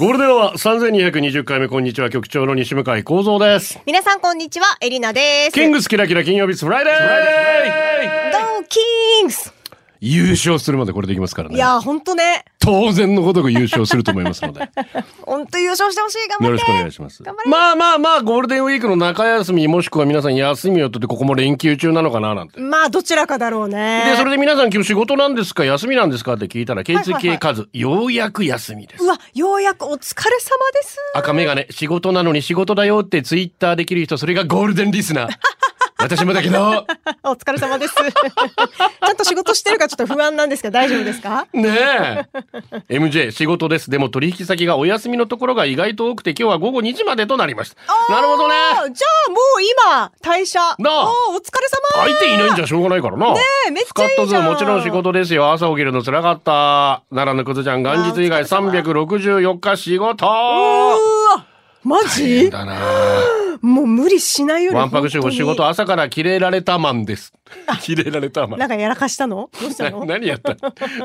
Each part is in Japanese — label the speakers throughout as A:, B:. A: ゴールデンは三千二百二十回目こんにちは局長の西向井光三です。
B: 皆さんこんにちはエリナです
A: キングスキラキラ金曜日フライデー。
B: ドンキングス
A: 優勝するまでこれでいきますから
B: い
A: ね。
B: やーほんとね
A: 当然のごとく優勝すると思いますの でよ
B: ほんと優勝してほしい頑張
A: ろ
B: っ
A: してくお願いします
B: 頑張。れ
A: まあまあまあゴールデンウィークの中休みもしくは皆さん休みを取ってここも連休中なのかななんて。
B: まあどちらかだろうね
A: でそれで皆さん今日仕事なんですか休みなんですかって聞いたら
B: いはい
A: K2K 数、ようやく休みです
B: う。わようやくお疲れ様です
A: 赤眼鏡仕事なのに仕事だよってツイッターできる人それがゴールデンリス ナー私もだけど
B: お疲れ様です ちゃんと仕事してるかちょっと不安なんですが大丈夫ですか
A: ねえ MJ 仕事ですでも取引先がお休みのところが意外と多くて今日は午後2時までとなりましたなるほどね
B: あじゃあもう今退社
A: なあ
B: おーお疲れ様
A: 相手いないんじゃしょうがないからなね
B: えめっ
A: ス
B: ち
A: カ
B: ゃ
A: ッ
B: い
A: ト
B: いじ
A: ズ
B: ゃん
A: もちろん仕事ですよ朝起きるのつらかった奈良のくずちゃん元日以外364日仕事
B: うわマジ
A: だな
B: もう無理しないように
A: わんぱく主婦仕事
B: 本
A: 朝からキレられたマンですキレられた
B: 当
A: マ
B: に
A: ン
B: なんかやらかしたのどうした
A: な
B: の
A: 何やった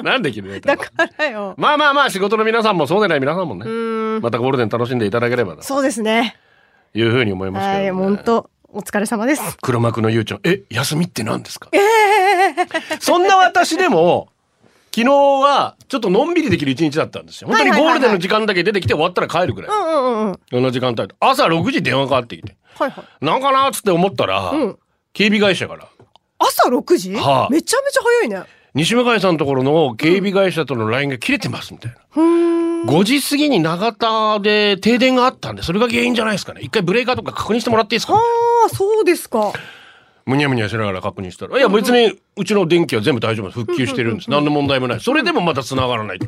A: なんでキレられたの
B: だからよ
A: まあまあまあ仕事の皆さんもそうでない皆さんもねまたゴールデン楽しんでいただければと
B: そうですね
A: いうふうに思いますけ
B: は
A: れ
B: い
A: どもね
B: 本当お疲れ様です
A: 黒幕のゆうちゃんえ休みって何ですかそんな私でも昨日はちょっとのんびりできる一日だったんですよ本当に
B: はいはい
A: ゴー
B: はいは
A: ルデ
B: い
A: ンの時間だけ出てきて終わったら帰るくらい
B: うんうんうんうん
A: そんな時間帯朝6時電話かかってきて
B: はいはい
A: なんかなーっつって思ったら
B: うん
A: 警備会社から
B: 朝6時、
A: はあ
B: めちゃめちゃ早いね
A: 西向井さんのところの警備会社との LINE が切れてますみたいな
B: ふーん
A: 5時過ぎに長田で停電があったんで、それが原因じゃないですかね。一回ブレーカーとか確認してもらっていいです
B: あ
A: か
B: あそうですか
A: むにゃむにゃしながら確認したら。いや、別にうちの電気は全部大丈夫です。復旧してるんです。何の問題もない。それでもまた繋がらない。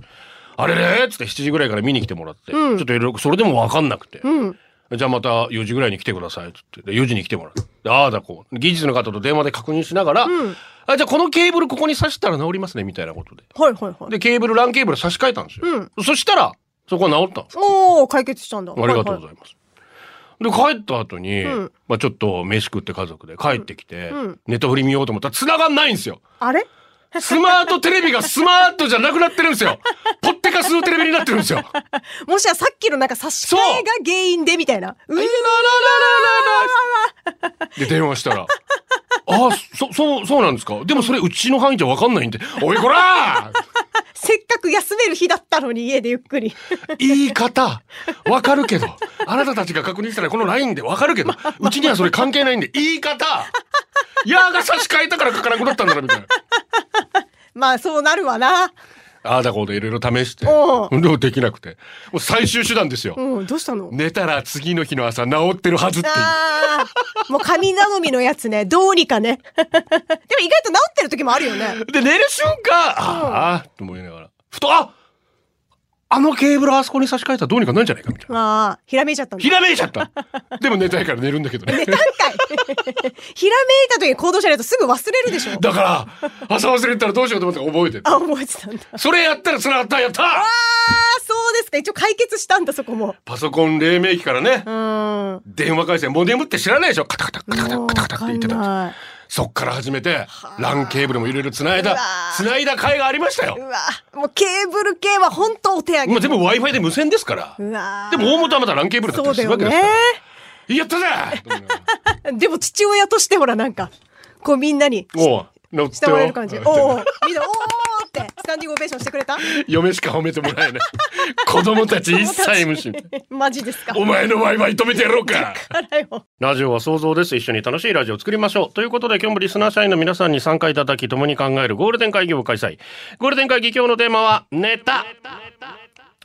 A: あれれっつって7時ぐらいから見に来てもらって、ちょっといろいろそれでもわかんなくて。
B: うん
A: じゃあまた4時ぐらいに来てくださいっつって。で4時に来てもらって。でああだこう。技術の方と電話で確認しながら、
B: うん
A: あじゃあこのケーブルここに挿したら治りますね、みたいなことで。
B: はいはいはい
A: で、ケーブル、ランケーブル差し替えたんですよ。そしたら、そこは治ったんです。
B: おお解決したんだ
A: ありがとうご
B: は
A: ざいます。で帰った後に、
B: ん
A: まあちょっと飯食って家族で帰ってきて、
B: んうん
A: ネットフリ見ようと思ったら繋がんないんですよ。
B: いはい、あれ
A: スマートテレビがスマートじゃなくなってるんです よ。ポッテカスのテレビになってるんですよ。あららら
B: もしやさっきのなんか差し替えが原因でみたいなうー
A: らららで電話した ら。ああ、そ、そう、そうなんですか。でもそれうちの範囲じゃわかんないんで。おいこら
B: せっかく休める日だったのに家でゆっくり
A: 言い方わかるけどあなたたちが確認したらこのラインでわかるけどうちにはそれ関係ないんで言い方やーが差し替えたから書かなくなったんだなみたいな
B: まあそうなるわな
A: ああだこうでいろいろ試して
B: お
A: でもできなくてもう最終手段ですよ、
B: うんどうしたの
A: 寝たら次の日の朝治ってるはずっていう
B: ああもう神頼みのやつねどうにかね でも意外と治ってる時もあるよね
A: で寝る瞬間ああと思いながらふとああのケーブルあそこに差し替えたらどうにかなんじゃないかみたいな
B: ああひらめいちゃったんだ
A: ひらめいちゃったでも寝たいから寝るんだけどね
B: 寝たんかい ひらめいた時に行動しないとすぐ忘れるでしょ
A: だから朝忘れてたらどうしようと思って覚えてる
B: あ覚えてたんだあ
A: それやったら繋がったやった
B: あそうですか一応解決したんだそこも
A: パソコン黎明期からね、
B: うーん
A: 電話回線モデムって知らないでしょカタカタカタカタカタカタって言ってたんですよ
B: わ
A: そっから始めて LAN ケーブルもいろいろ繋いうだ
B: わ
A: 繋いだ甲斐がありました
B: かんない
A: よ
B: うわもうケーブル系は本当お手上げ
A: 今全部 w i f i で無線ですから
B: うわ
A: でも大元はまた LAN ケーブルだった
B: そ
A: り
B: う
A: す
B: だ
A: るわけで
B: よ
A: す
B: ね
A: から、やったぜ と思いながら
B: でも父親としてほらなんかこうみんなに
A: おう乗って
B: 慕われる感じおうお
A: よ
B: うみんなおうおうってスタンディングオベーションしてくれた
A: 嫁しか褒めてもらえない子供たち一切 無視
B: マジですか
A: お前の w i f i 止めてやろうか
B: あらよ
A: ラジオは想像です。一緒に楽しいラジオを作りましょう。ということで、今日もリスナー社員の皆さんに参加いただき、共に考えるゴールデン会議を開催。ゴールデン会議今日のテーマは、ネタ。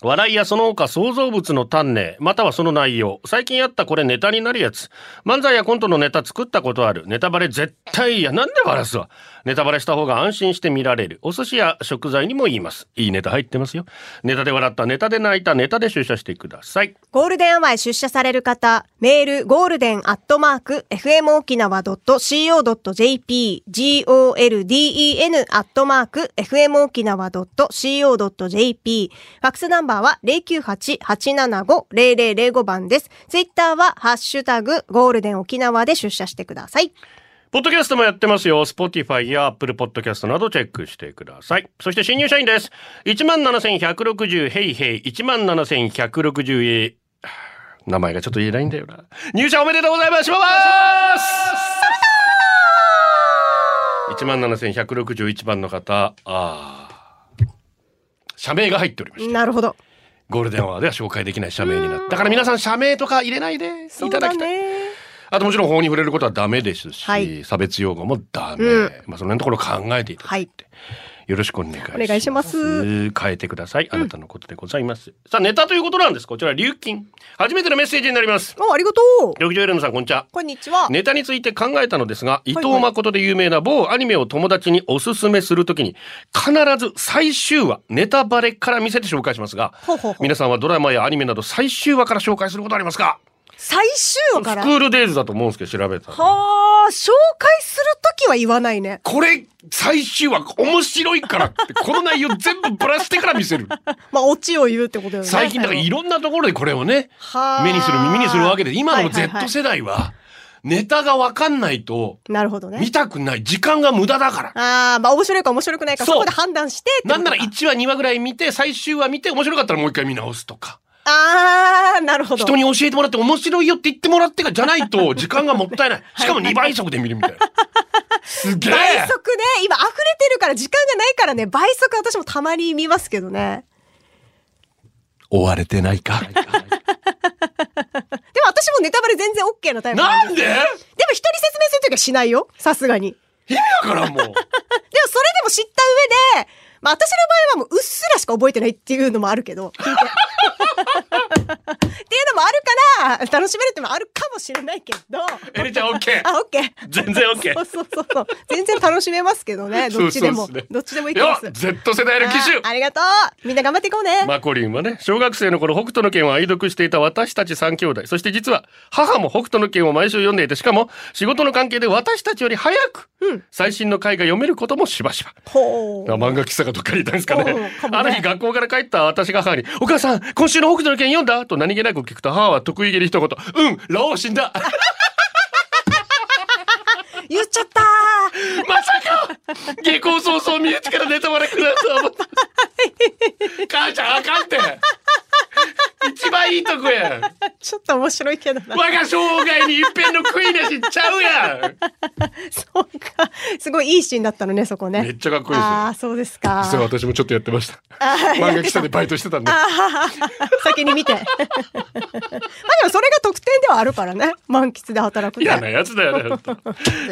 A: 笑いやその他創造物の丹念またはその内容最近やったこれネタになるやつ漫才やコントのネタ作ったことあるネタバレ絶対嫌なんでバラすわネタバレした方が安心して見られるお寿司や食材にも言いますいいネタ入ってますよネタで笑ったネタで泣いたネタで出社してください
B: ゴールデンアワーへ出社される方、メール、ゴールデンアットマーク、fmokinawa.co.jp、golden アットマーク、fmokinawa.co.jp、ファックスナンバーは098-875-0005番です。ツイッターは、ハッシュタグ、ゴールデン沖縄で出社してください。
A: ポッドキャストもやってますよ。Spotify や Apple Podcast などチェックしてください。そして新入社員です。17,160ヘイヘイ、17,160へい。名前がちょっと言えないんだよな。入社おめでとうございますします17,161番の方、あー社名が入っておりました。
B: なるほど。
A: ゴールデンアワーでは紹介できない社名になった。だから皆さん社名とか入れないでいただきたい。
B: ね。
A: あともちろん法に触れることはダメですし、
B: はい
A: 差別用語もダメ、
B: うん
A: まあその辺のところ考えていただいて、よろしくお願いします
B: お願いします
A: 変えてくださいあなたのことでございます、さあネタということなんですこちら琉金初めてのメッセージになります
B: お、ありがとう。
A: 緑城エレムさんこんにちは
B: こんにちは。
A: ネタについて考えたのですが伊
B: はい
A: 藤誠で有名な某アニメを友達におすすめするときに必ず最終話ネタバレから見せて紹介しますが
B: ほうほうほう
A: 皆さんはドラマやアニメなど最終話から紹介することありますか
B: 最終話
A: スク
B: から。
A: ールデイズだと思うんですけど調べたら
B: はあ、紹介するときは言わないね。
A: これ最終話面白いからってこの内容全部ぶらしてから見せる
B: まあ、オチを言うってことだよね。
A: 最近だからいろんなところでこれをね目にする耳にするわけで今の Z
B: 世
A: 世代はネタが分かんないと
B: なるほどね
A: 見。たくない時間が無駄だから。
B: ああ、まあ面白いか面白くないか、
A: そ
B: そうこで判断してってこ
A: な
B: と
A: ん
B: か
A: なら1話2話ぐらい見て最終話見て面白かったらもう一回見直すとか
B: ああ、なるほど。
A: 人に教えてもらって面白いよって言ってもらってがじゃないと 時間がもったいないしかも2倍速で見るみたいなすげえ
B: 倍速ね、今溢れてるから時間がないからね、倍速私もたまに見ますけどね。
A: 追われてないか
B: でも私もネタバレ全然 OK なタイプなん
A: なん
B: で
A: で
B: す。でも人に説明するときはしないよ。さすがに。
A: 意
B: でも
A: 味だからもう
B: それでも知った上で、まあ私の場合はもううっすらしか覚えてないっていうのもあるけど。聞 いてっていうのもあるから、楽しめるってのもあるかもしれないけど。
A: エリちゃん OK
B: あ、オッケー。
A: 全然 OK
B: そうそうそうそう。全然楽しめますけど ね。どっちでも。
A: そうそうすね
B: どっちでもいけます。
A: よ Z 世代の機種
B: あーありがとう。みんな頑張っていこうね。
A: マコリンはね小学生の頃北斗の拳を愛読していた私たち3兄弟そして実は母も北斗の拳を毎週読んでいてしかも仕事の関係で私たちより早く最新の回が読めることもしばしば
B: ほう。
A: 漫画喫茶がどっかにいたんですかね
B: そうかもね
A: ある日学校から帰った私が母に「お母さん今週の北斗の拳読んだ?」と何気なく聞くと母は得意げに一言「うんラオウ死んだ
B: 言っちゃった
A: まさか下校早々身内からネタバレくらいとは思った」「母ちゃんあかんって一番いいとこやん」
B: ー。ちょっと面白いけどな。
A: 我が生涯に一遍の悔いなしちゃうやん
B: そうか。すごいいいシーンだったのね、そこね。
A: めっちゃかっこいいですよ
B: ああ、そうですか。
A: 実は私もちょっとやってました
B: あー
A: 漫画喫茶でバイトしてたんで
B: 先に見て。まあでもそれが特典ではあるからね。満喫で働く
A: 嫌
B: ね
A: なやつだよね本当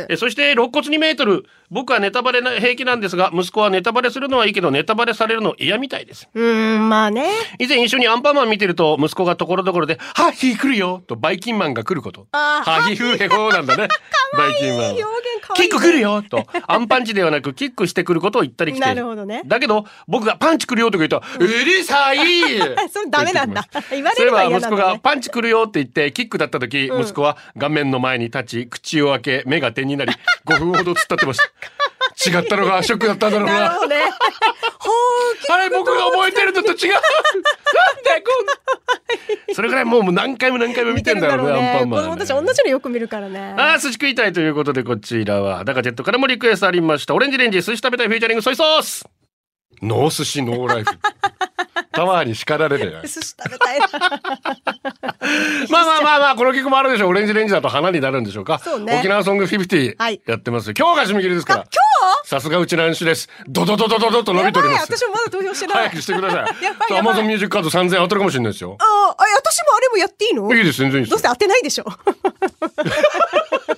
A: えそして肋骨2メートル僕はネタバレな平気なんですが息子はネタバレするのはいいけどネタバレされるの嫌みたいです
B: うーん、まあね。
A: 以前一緒にアンパンマン見てると息子がところどころで「ハッヒー来るよ」とバイキンマンが来ること
B: あー
A: ハヒフヘホーなんだ ねバイキンマンは
B: 表現かわ
A: キ
B: い
A: ッ
B: い。
A: ク来るよと、アンパンチではなくキックしてくることを言ったり来てい
B: なるほどね
A: だけど、僕がパンチ来るよとか言ったら、うるさい
B: それダメなんだ
A: と言ってき
B: 言
A: ま
B: わ
A: す
B: れれば嫌なんだ
A: そ
B: ね
A: ういえば息子がパンチ来るよって言って、キックだった時、息子は顔面の前に立ち、口を開け、目が点にな り、5分ほど突っ立ってました。違ったのがショックだったんだろう
B: なる
A: な
B: ほ。どね。ほう、
A: あれ僕が覚えてるのと違う なんだこんなそれぐらいもう何回も何回も 見てんだろうね、アンパンマン
B: 子
A: はね、
B: 供たち同じのよく見るからね。
A: あー寿司食いたいということでこちらはだからジェットからもリクエストありましたオレンジレンジ寿司食べたいフューチャリングソイソースノー寿司ノーライ フタワーに叱られる
B: 寿司食 べたいな。
A: まあまあまあまあこの曲もあるでしょうオレンジレンジだと花になるんでしょうか
B: そうね
A: 沖縄ソング50
B: はい
A: やってますよ、今日が締め切りですから
B: 今日
A: さすがうちの安首ですドドドドドドと伸びており
B: やばい
A: ます
B: 私もまだ投票してない。
A: 早くしてください
B: やばいやばい
A: アマゾンミュージックカード3000円当たるかもしれないですよ
B: ああ、あ私もあれもやっていいの
A: いいです全然いいです
B: どうせ当てないでしょ。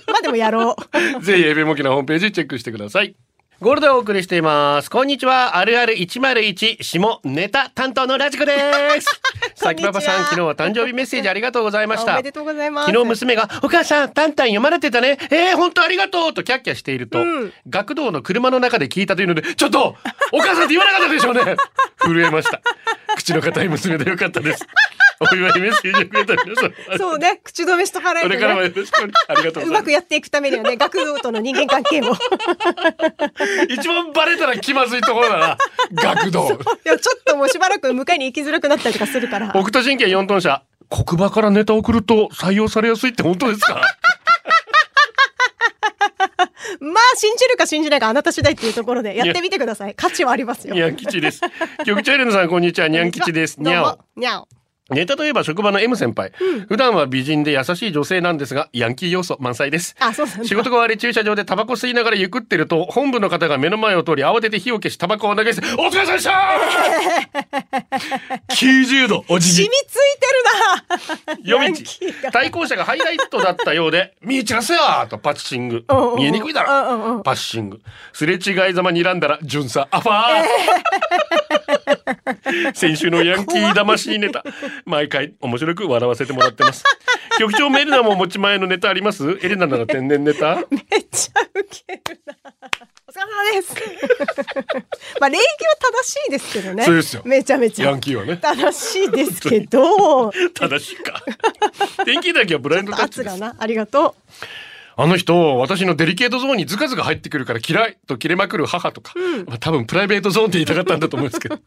B: まあでもやろう。
A: ぜひエビモキのホームページチェックしてください。ゴールドをお送りしています。こんにちは。あるある101下ネタ担当のラジ コです。さきパパさん、昨日は誕生日メッセージありがとうご ざいました。
B: おめでとうございます。
A: 昨日娘が「お母さんタンタン読まれてたねえー、本当ありがとう」とキャッキャしていると、
B: うん
A: 学童の車の中で聞いたというので「ちょっとお母さんって言わなかったでしょうね」 震えました口の硬い娘でよかったですお祝いメッセージをくれた皆 さん
B: そうね、口止めしとかない
A: ことれからも
B: ね。
A: よろしくお願いありがとう
B: う
A: ござ
B: ま
A: い
B: く
A: ま
B: やっていくためには ね、学童との人間関係も。い
A: す 一番バレたら気まずいところだな学童
B: や、ちょっともうしばらく迎えに行きづらくなったりとかす るから。
A: 北斗神拳4トン車黒板からネタ送ると採用されやすいって本当ですか
B: まあ、信じるか信じないかあなた次第っていうところでやってみてください。価値はありますよ。
A: ニャン吉です局長エレナさんこんにちはニャン吉です
B: どう
A: ニャオ
B: も。にゃお。
A: ネタといえば職場の M 先輩、普段は美人で優しい女性なんですがヤンキー要素満載です
B: あ、そうなんだ
A: 仕事が終わり駐車場でタバコ吸いながらゆくってると本部の方が目の前を通り慌てて火を消しタバコを投げ捨てお疲れ様でした 90度お
B: 染
A: じ
B: みついてるな
A: 夜道
B: ヤンキーが
A: 対向車がハイライトだったようで 「見え散らせよ!」とパッシング
B: うんうんうん
A: 見えにくいだ
B: うんうんう
A: ろ
B: ん
A: パッシングすれ違いざまにらんだら巡査アファ ー先週のヤンキー魂ネタ毎回面白く笑わせてもらって ます局長メルナも持ち前のネタありますエレナなら天然ネタ
B: めっちゃウケるな。お疲れ 様です。まあ礼儀は正しいですけどね。
A: そうですよ
B: めちゃめちゃ。
A: ヤンキーはね
B: 正しいですけど。
A: 正しい か天気だけはブラインドタッチ
B: 圧
A: です
B: がな。ありがと
A: あの人、私のデリケートゾーンにズカズカ入ってくるから嫌いと切れまくる母とか、まあ、多分プライベートゾーンって言いたかったんだと思うん ですけど。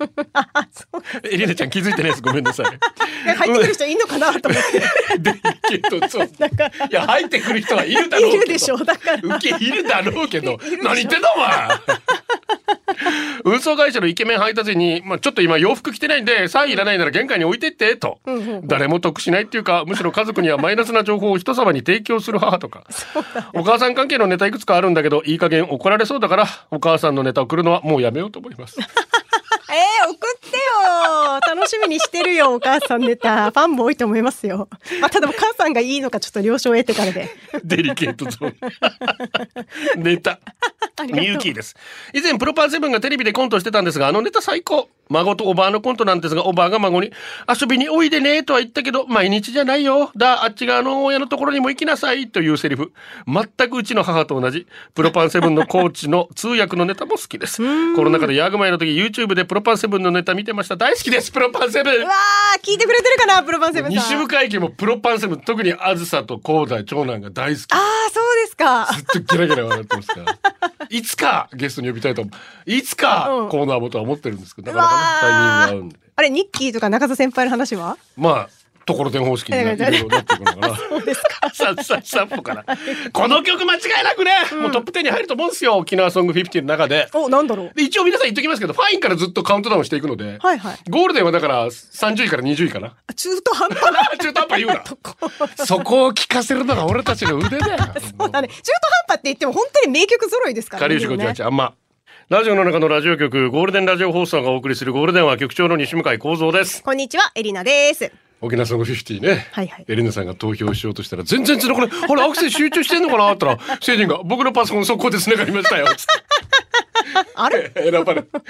A: エリナちゃん気づいてないです。ごめんなさい。
B: う。ね入ってくる人いんのかなと思って。
A: デリケートゾーン。いや、入ってくる人はいるだろうけど。
B: いるでしょうだから
A: 受けいるだろうけど
B: いるでし。ょ
A: 何言ってんだお前運送会社のイケメン配達員に、まあ、ちょっと今洋服着てないんで、サインいらないなら玄関に置いてって、と。誰も得しないっていうか、むしろ家族にはマイナスな情報を人様に提供する母とか。お母さん関係のネタいくつかあるんだけど、いい加減怒られそうだから、お母さんのネタ送るのはもうやめようと思います。
B: えー、送ってよ楽しみにしてるよお母さんネタファンも多いと思いますよ、まあ、ただお母さんがいいのかちょっと了承を得てからで
A: デリケートゾーン。 ネタ。みゆきです。以前、プロパンセブンがテレビでコントしてたんですが、あのネタ最高。孫とおばあのコントなんですが、おばあが孫に、遊びにおいでね、とは言ったけど、毎日じゃないよ。だ、あっち側の親のところにも行きなさい、というセリフ。全くうちの母と同じ、プロパンセブンのコーチの通訳のネタも好きです。コロナ禍でヤーグマイの時、YouTube でプロパンセブンのネタ見てました。大好きです、プロパンセブン
B: うわ。ー聞いてくれてるかなプロパンセブンさん
A: 西部会議もプロパンセブン、特にあずさと高大長男が大好き。
B: ああそうですか
A: ずっとギラギラ笑ってますから。いつかゲストに呼びたいと思う。いつ
B: う
A: か
B: ん
A: コーナーもとは思ってるんですけど、
B: う
A: なかなかねタ
B: わ
A: イミングが合うんで
B: ー。あれニッキーとか中田先輩の話は
A: まあ、ところてん方式にねいろいろなってくるのかな。さっさっさっぽから。この曲間違いなくね、もうトップ10に入ると思うんですよ。沖縄ソング50の中で。
B: おなんだろう
A: で一応皆さん言っときますけど、ファインからずっとカウントダウンしていくので、
B: はいはい
A: ゴールデンはだから30位から20位かな。
B: あ 中途半端な
A: 中途半端言うな。 そこを聞かせるのが俺たちの腕だよ。
B: そうだね中途半端って言っても本当に名曲揃いですから
A: か
B: ね
A: りゆし
B: でもね
A: 58あんまラジオの中のラジオ局ゴールデンラジオ放送がお送りするゴールデンは局長の西向井光三です
B: こんにちはエリナです
A: 沖縄ソング50ね、
B: はいはい
A: エリナさんが投票しようとしたら全然繋がらないあれアクセ集中してんのかなって言ったら 聖人が僕のパソコン速攻で繋がりましたよつ
B: あれ
A: って選ばれやっぱ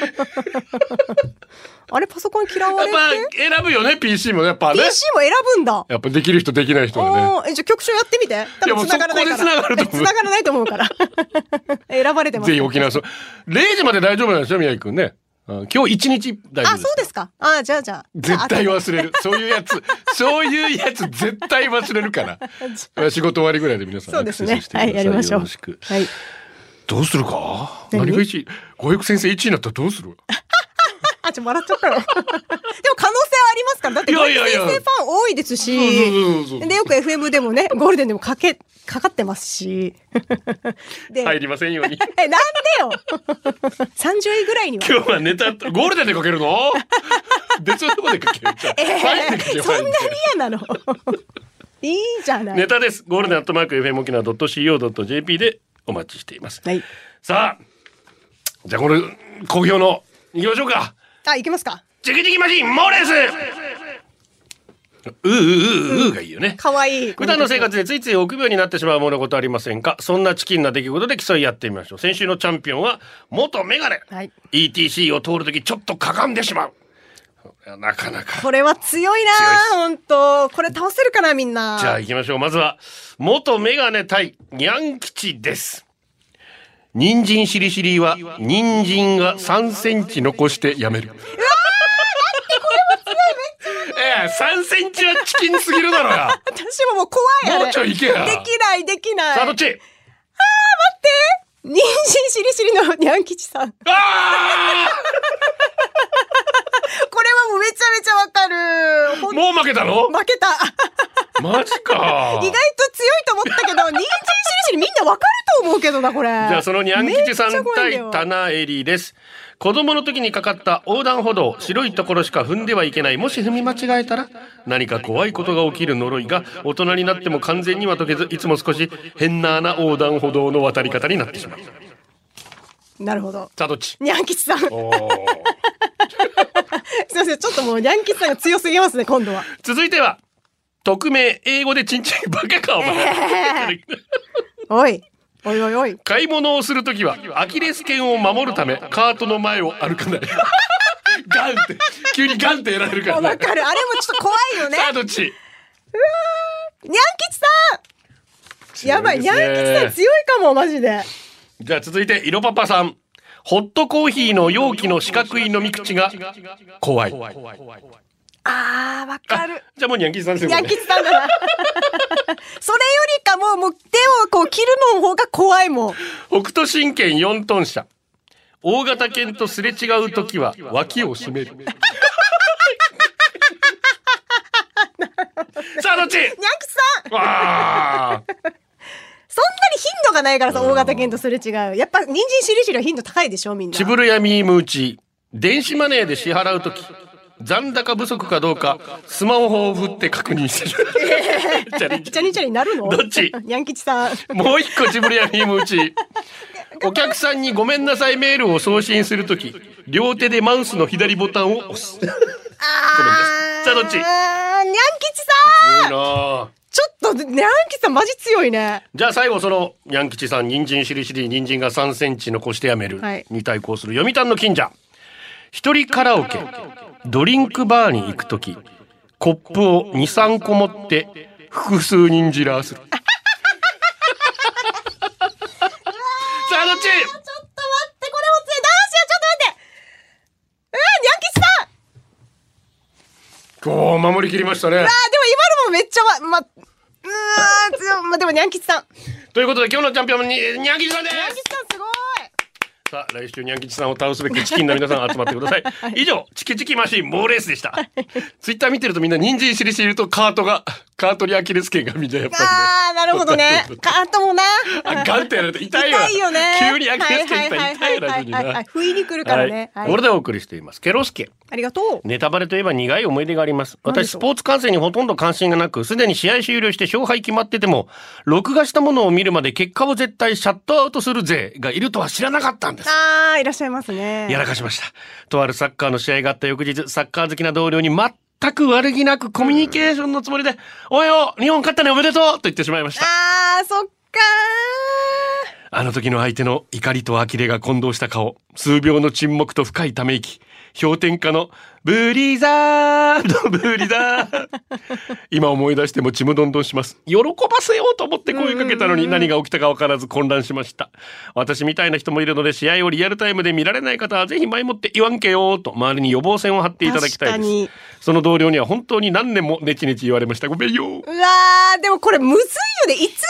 B: あれパソコン嫌 われて
A: 選ぶよね PC もやっぱね
B: PC も選ぶんだ
A: やっぱできる人できない人がね
B: おーえじゃあ局長やってみて多分繋がらないから
A: いやもうそこで繋がると思う
B: 繋がらないと思うから 選ばれてます
A: ぜひ沖縄ソング0時まで大丈夫なんですよ宮城くんねうん今日一日大丈夫
B: あそうですかあじゃあじゃあ
A: 絶対忘れる。そういうやつ、そういうやつ絶対忘れる から。仕事終わりぐらいで皆さん
B: そう
A: ア
B: で
A: ク
B: す
A: セス
B: ね
A: してくだ
B: は
A: さい。
B: いやりましょ
A: よ
B: う
A: ろしく。
B: はい
A: どうするか
B: 何
A: 何が1位五百先生1位になったらどうする
B: あちょ笑っちゃったよ でも可能性はありますからだって
A: い
B: ゴ
A: や
B: ー
A: い
B: ル
A: やい
B: デ
A: や
B: ンファン多いですし
A: そうそうそうそう
B: でよく FM でもねゴールデンでもかけかかってますし で、
A: 入りませんように。
B: えなんでよ 30位ぐらいには
A: 今日はネタ、ゴールデンでかける の別のとこでかける。じゃあ
B: えー
A: 入ってくる
B: そんなに嫌なの いいじゃない
A: ネタです。ゴールデンアットマーク FM 沖縄 .co.jp でお待ちしています。
B: はい
A: さあ、じゃあこれ、好評の、行きましょうか。
B: あ行きますか
A: ジキジキマシン、モーレースうううううがいいよね。
B: 可愛い
A: 普段の生活でついつい臆病になってしまうものことありませんかそんなチキンな出来事で競い合ってみましょう。先週のチャンピオンは、元メガネ。
B: はい
A: ETC を通るときちょっとかがんでしまう。これはなかなか。
B: これは強いな
A: 強いっす
B: 本当これ倒せるかなみんな
A: じゃあ行きましょう。まずは、元メガネ対ニャン吉です。人参しりしりは、人参が3センチ残してやめる。うわー待って、これも強い、めっちゃ。ええ、3センチはチキンすぎるだろうが。
B: 私ももう怖いあれ
A: もうちょい行けや。
B: できないできない
A: さあ、どっち
B: 妊娠しりしりのニャン吉さんこれ
A: あ
B: はもうめちゃめちゃわかるほ
A: あ
B: ん
A: もう負けたの
B: 負けた
A: マジか。
B: 意外と強いと思った けど妊娠しりしりみんなわかると思うけどなこれじ
A: じゃあそのニャン吉さん
B: めっちゃ怖いんだ
A: 対
B: よ
A: 棚エリです。子供の時にかかった横断歩道、白いところしか踏んではいけない。もし踏み間違えたら、何か怖いことが起きる呪いが、大人になっても完全には解けず、いつも少し変なな横断歩道の渡り方になってしまう。
B: なるほど
A: さあどっち
B: ニャン吉さんすい
A: おー
B: ませんちょっともうニャン吉さんが強すぎますね今度は
A: 続いては、匿名、英語でチンチンバカか、お前。
B: おいおいおいおい
A: 買い物をするときはアキレス腱を守るためカートの前を歩かないガンって急にガンってやられるから
B: わ
A: ね
B: かるあれもちょっと怖いよね
A: さあどっち
B: ニャン吉さんやばいニャ
A: 強で
B: ン
A: す
B: 吉
A: ね
B: さん強いかもマジで
A: じゃあ続いていろパパさんホットコーヒーの容器の四角い飲み口が怖い
B: あーわかる
A: じゃあもうニャンキーさんですよ
B: ニャン吉さん だなそれよりかもうもう手をこう切るの方が怖いもん
A: 北斗神拳4トン車大型犬とすれ違うときは脇を締め るさあどっち
B: ニャン吉さん
A: わあ
B: そんなに頻度がないからさ大型犬とすれ違うやっぱ人参しりしりは頻度高いでしょみんな
A: チブルヤミームーチ電子マネーで支払うとき残高不足かどうかスマホを振って確認するじゃあ
B: チャリンチャリになるの
A: どっち
B: ニャン吉さん
A: もう一個チブルヤミーム ーチお客さんにごめんなさいメールを送信するとき両手でマウスの左ボタンを押す強い
B: あ
A: さあどっち
B: ニャン吉さ
A: な
B: ん
A: あ
B: ちょっとニャン吉さんマジ強いね
A: じゃあ最後そのニャン吉さん人参しりしり人参が3センチ残してやめる
B: はい
A: に対抗する読谷の近所一人カラオケドリンクバーに行くときコップを23個持って複数人じらー するさあどっち
B: ちょっと待ってこれも強い男子はちょっと待ってうわニャン吉さん
A: こう守りきりましたね
B: あでも今のもめっちゃわまうーん強いまでもニャン吉さんニ
A: ということで今日のチャンピオンにニャン吉さんで
B: ャン
A: す
B: 吉さんすごい
A: さあ来週ニャン吉さんを倒すべくチキンの皆さん集まってください以上チキチキマシン猛レースでしたツイッター見てるとみんな人参しりしりとカートがカートにアキレス腱がみんなやっぱりね
B: あーなるほどねカートもな
A: あガンってやられて痛いよ
B: 痛いよね
A: 急にアキレス腱痛い痛いラジオに
B: はいはいはいはいは
A: ない
B: 不意に来るからね、
A: は
B: はいい
A: これでお送りしていますケロスケ
B: ありがとう
A: ネタバレといえば苦い思い出があります。
B: 何で
A: 私、
B: しょ
A: ス
B: う
A: ポーツ観戦にほとんど関心がなく、すでに試合終了して勝敗決まってても、録画したものを見るまで結果を絶対シャットアウトするぜがいるとは知らなかったんです。
B: あーいらっしゃいますね
A: やらかしました。とあるサッカーの試合があった翌日、サッカー好きな同僚に全く悪気なくコミュニケーションのつもりで、おはよう日本勝ったねおめでとうと言ってしまいました。
B: あーそっか
A: あの時の相手の怒りと呆れが混同した顔、数秒の沈黙と深いため息、氷点下のブリザード、ブリザ ード。今思い出してもちむどんどんします。喜ばせようと思って声かけたのに何が起きたかわからず混乱しました。私みたいな人もいるので試合をリアルタイムで見られない方はぜひ前もって言わんけよと周りに予防線を張っていただきたいで
B: 確か
A: す。
B: に
A: その同僚には本当に何年もネチネチ言われました。ごめんよ。
B: うわーでもこれむずいよねいつまでがさ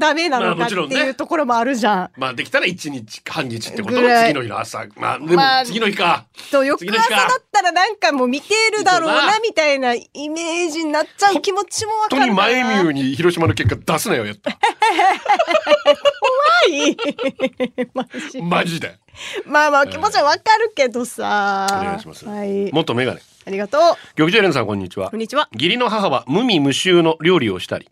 B: ダメなの
A: まあ
B: か
A: も
B: っ
A: ち
B: て
A: ろんね
B: いうところもあるじゃん、
A: まあできたら1日半日ってこと
B: ぐらい
A: 次の日の朝。まあでも
B: まあ
A: 次の日か。
B: と翌
A: 次の日
B: 朝
A: か
B: だったらなんかもう見てるだろう
A: そうだ
B: なみたいなイメージになっちゃう気持ちもわか
A: 本当
B: る
A: に
B: な
A: 前ミューに広島の結果出すなよや った。
B: はい マジ
A: マジで。
B: まあまあ気持ちはわかるけどさ
A: お願いします
B: はい
A: 元メガネ。
B: あありがとう。
A: 玉城エレンさんこんにちは
B: こんにちは。
A: 義理の母は無味無臭の料理をしたり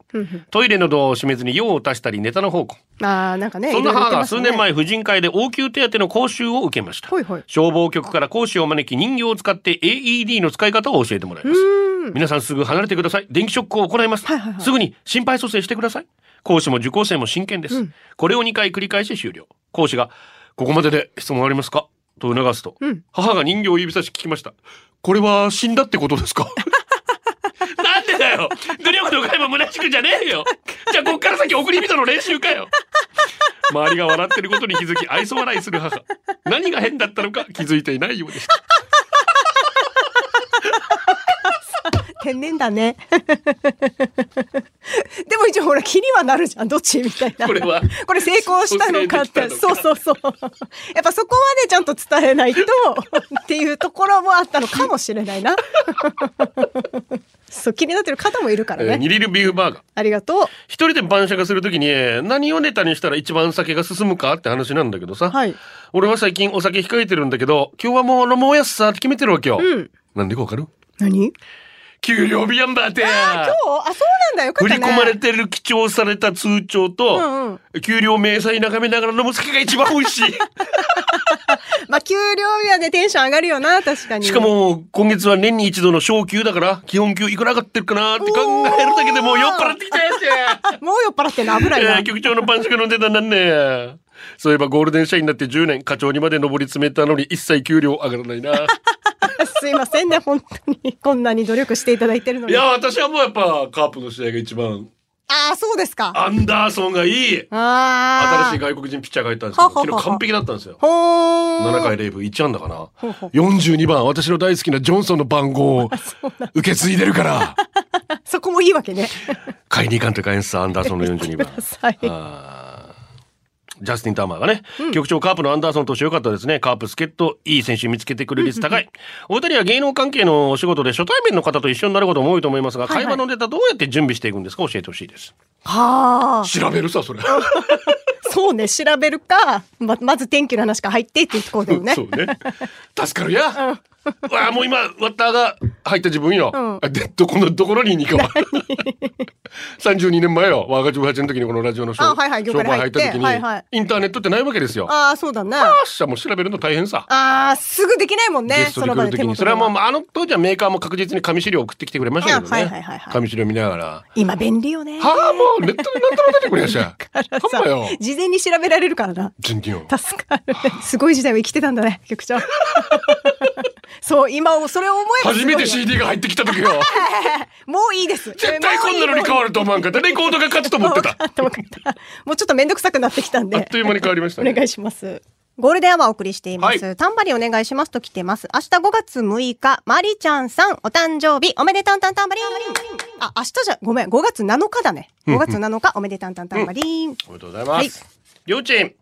A: トイレのドアを閉めずに用を足したりネタの方向
B: ああ、なんかね。
A: そんない
B: ろい
A: 母
B: ろ言って
A: が
B: ます
A: 数
B: ね
A: 年。前婦人会で応急手当の講習を受けました
B: ほいほい
A: 消防局から講師を招き人形を使って AED の使い方を教えてもらいます 皆さんすぐ離れてください電気ショックを行います、
B: はいはいはい
A: すぐに心肺蘇生してください講師も受講生も真剣です、これを2回繰り返し終了講師が「ここまでで質問ありますか?」と促すと、
B: ん
A: 母が人形を指差し聞きました「これは死んだってことです か? 」なんでだよ努力の回も虚しくじゃねえよじゃあこっから先送り人の練習かよ周りが笑ってることに気づき愛想笑いする母何が変だったのか気づいていないようでした
B: 天然だね。 でも一応ほら、気にはなるじゃん。どっちみたいな。
A: これは
B: これ成功したのかって。
A: 蘇
B: そうそうそう。やっぱそこまでちゃんと伝えないと、 っていうところもあったのかもしれない な。そう、気になってる方もいるから
A: えー
B: ね。
A: ニリルビーフバーガー
B: ありがとう。
A: 一人で晩酌するときにえー何をネタにしたら一番酒が進むかって話なんだけどさ、
B: はい
A: 俺は最近お酒控えてるんだけど今日はもう飲もうやすさって決めてるわけよ、
B: うん
A: なんでかわかる
B: 何
A: 給料日やんだって
B: 今日あ、そうなんだよ。よかっ
A: 振り
B: たね
A: 込まれてる記帳された通帳と、
B: うんうん
A: 給料明細眺めながら飲む酒が一番美味し い
B: まあ、給料日はね、テンション上がるよな、確かに。
A: しか、も、今月は年に一度の昇給だから、基本給いくら上がってるかなって考えるだけでもう酔っ払ってきたやつや
B: もう酔っ払ってんの危ない
A: え
B: な
A: ー。局長の晩酌の値段なんねえそういえばゴールデン社員になって10年、課長にまで上り詰めたのに一切給料上がらな いな。
B: すいませんね、本当に。こんなに努力していただいてるの
A: い
B: に。
A: や、
B: あ
A: 私はもうやっぱカープの試合が一番、
B: あー、そうですか。あ
A: アンダーソンがいい
B: あー。
A: 新しい外国人ピッチャーが入ったんですけど、
B: ははは
A: 昨日完璧だったんですよ。
B: ほ
A: 7
B: ー
A: 回
B: ん。
A: 0分1安打かな
B: ほうほう
A: 42番私の大好きなジョンソンの番号を受け継いでるから
B: そこもいいわ けね。
A: 買いに行かんといかんさアンダーソンの42
B: く
A: 番
B: ださい。
A: あージャスティン・ターマーがね、局長カープのアンダーソン投手良かったですね。カープ助っ人、いい選手見つけてくれる率高い。お二人は芸能関係のお仕事で初対面の方と一緒になることも多いと思いますが、
B: はいはい
A: 会話のネタどうやって準備していくんですか教えてほしいです。
B: はあ。
A: 調べるさ、それ。
B: そうね、調べるか、ま、まず天気の話から入ってっていうところだよね。
A: そうね。助かるや。うわあ、もう今、ワッターが入った自分よ。
B: うん
A: あで、どこの、どこのに行かは。32年前よ。我が18の時にこのラジオの商
B: あはいはい業
A: 商
B: 界
A: 売
B: に入
A: 入
B: っ
A: ってた時に、
B: はいはい
A: インターネットってないわけですよ。あ
B: ああ、そうだね。
A: っしゃ、もう調べるの大変さ。
B: ああ、すぐできないもんね
A: ゲ。ストで来るときに。それはもう、まああの当時はメーカーも確実に紙資料送ってきてくれましたけど
B: あはいはい
A: ね
B: はいはい。
A: 紙資料見ながら。は
B: 今便利よね。
A: あ、もうネットで何でも出てくれやしゃ。
B: さ
A: ほんまよ。
B: 事前に調べられるからな。
A: 全然よ。
B: 助 かる。すごい時代を生きてたんだね、局長。そう、今、それを思えばす
A: 初
B: ごい
A: め
B: よ
A: て CD が入ってきたときよ。
B: もういいです。
A: 絶対こんなのに変わると思わんかった。レコードが勝つと思ってた。
B: あったわかった。もうちょっと面倒くさくなってきたんで。
A: あっという間に変わりました
B: お
A: ね。
B: 願いします。ゴールデンアワーお送りしています。
A: は
B: タンバリンお願いしますと来てます。明日5月6日、マリちゃんさん、お誕生日、おめでたんたんたんばりん。あ、明日じゃ、ごめん、5月7日だね。5月7日、おめでたんたんたんばりん。
A: おめでとうございます。両チーム。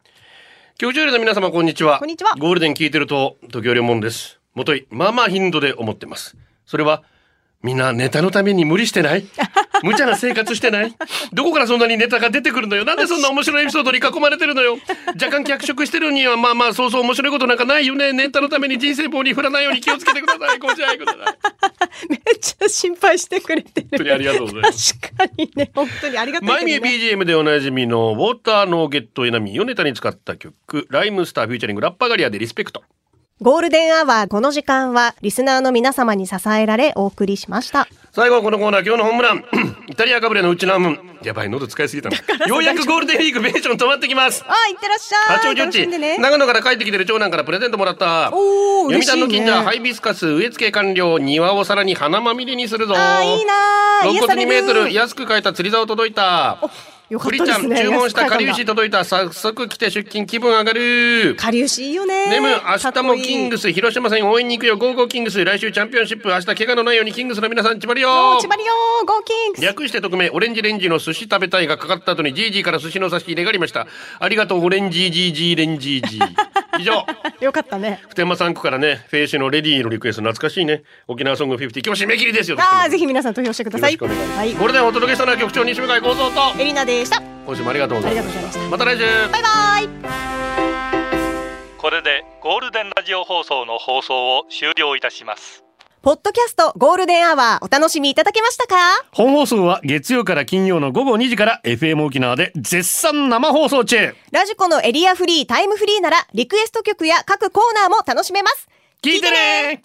A: 教授の皆様、こんにちは。
B: こんにちは
A: ゴールデン聞いてると、時折思うんです。もとい、まあまあ頻度で思ってます。それは、みんなネタのために無理して ない無茶な生活してないどこからそんなにネタが出てくるのよなんでそんな面白いエピソードに囲まれてるのよ若干脚色してるにはまあまあそうそう面白いことなんかないよねネタのために人生棒に振らないように気をつけてくださいご自愛くだ さい本
B: めっちゃ心配してくれてる。
A: 当にありがとうございます
B: 確かにね、本当にありがた
A: 前
B: い
A: 見
B: け
A: え
B: どね。
A: BGM でおなじみの「ウォーターのゲットエナミー」をネタに使った曲「ライムスターフューチャリングラッパガリア」でリスペクト
B: ゴールデンアワー、この時間は、リスナーの皆様に支えられ、お送りしました。
A: 最後はこのコーナー今日のホームラン イタリアかぶれのうちのムンやばい喉使いすぎたなようやくゴールデンウィークベーション止まってきます
B: あ、いってらっしゃい。
A: 八王子よっ
B: 楽し
A: ち、
B: んでね。
A: 長野から帰ってきてる長男からプレゼントもらった
B: おー
A: 読
B: 嬉しい
A: 谷
B: ね
A: の近所ハイビスカス植え付け完了庭をさらに花まみれにするぞ
B: あーいいなー
A: 肋
B: 癒され
A: 骨2
B: る
A: メートル安く買えた釣り竿届いた
B: よかっ
A: 栗ち
B: た
A: ゃん
B: ですね。
A: 注文した
B: 安く
A: か
B: 買
A: り
B: え
A: ゆ
B: んだ
A: し届いた早速来て出勤気分上がる
B: かりゆしいいよね。
A: ネム明日もキング
B: ス。
A: ス広島戦応援に行くよゴーゴーキングス来週チャンピオンシップ明日怪我のないようにキングスの皆さんちばりよ
B: おーちばりよー、ゴーキングス。
A: 略して匿名オレンジレンジの寿司食べたいがかかった後にジージーから寿司の差し入れがありましたありがとうオレンジジージーレンジージー以上
B: よかったね。
A: 普天間さん区からねフェイシュのレディーのリクエスト懐かしいね沖縄ソング50今日締め切りですよ
B: ああ、ぜ
A: ひ
B: ひ皆さん投票してくだ
A: よ
B: さ
A: ろ
B: い。
A: しくお願いします、
B: はい。
A: これでお届けしたのは局長西向井光三と
B: エリナでした。
A: 今週もありがとうございまし
B: ありがとうございま
A: たまた来週
B: バイバイ。
C: これでゴールデンラジオ放送の放送を終了いたします
B: ポッドキャストゴールデンアワーお楽しみいただけましたか
A: 本放送は月曜から金曜の午後2時から FM 沖縄で絶賛生放送中
B: ラジコのエリアフリータイムフリーならリクエスト曲や各コーナーも楽しめます。
A: 聞いてね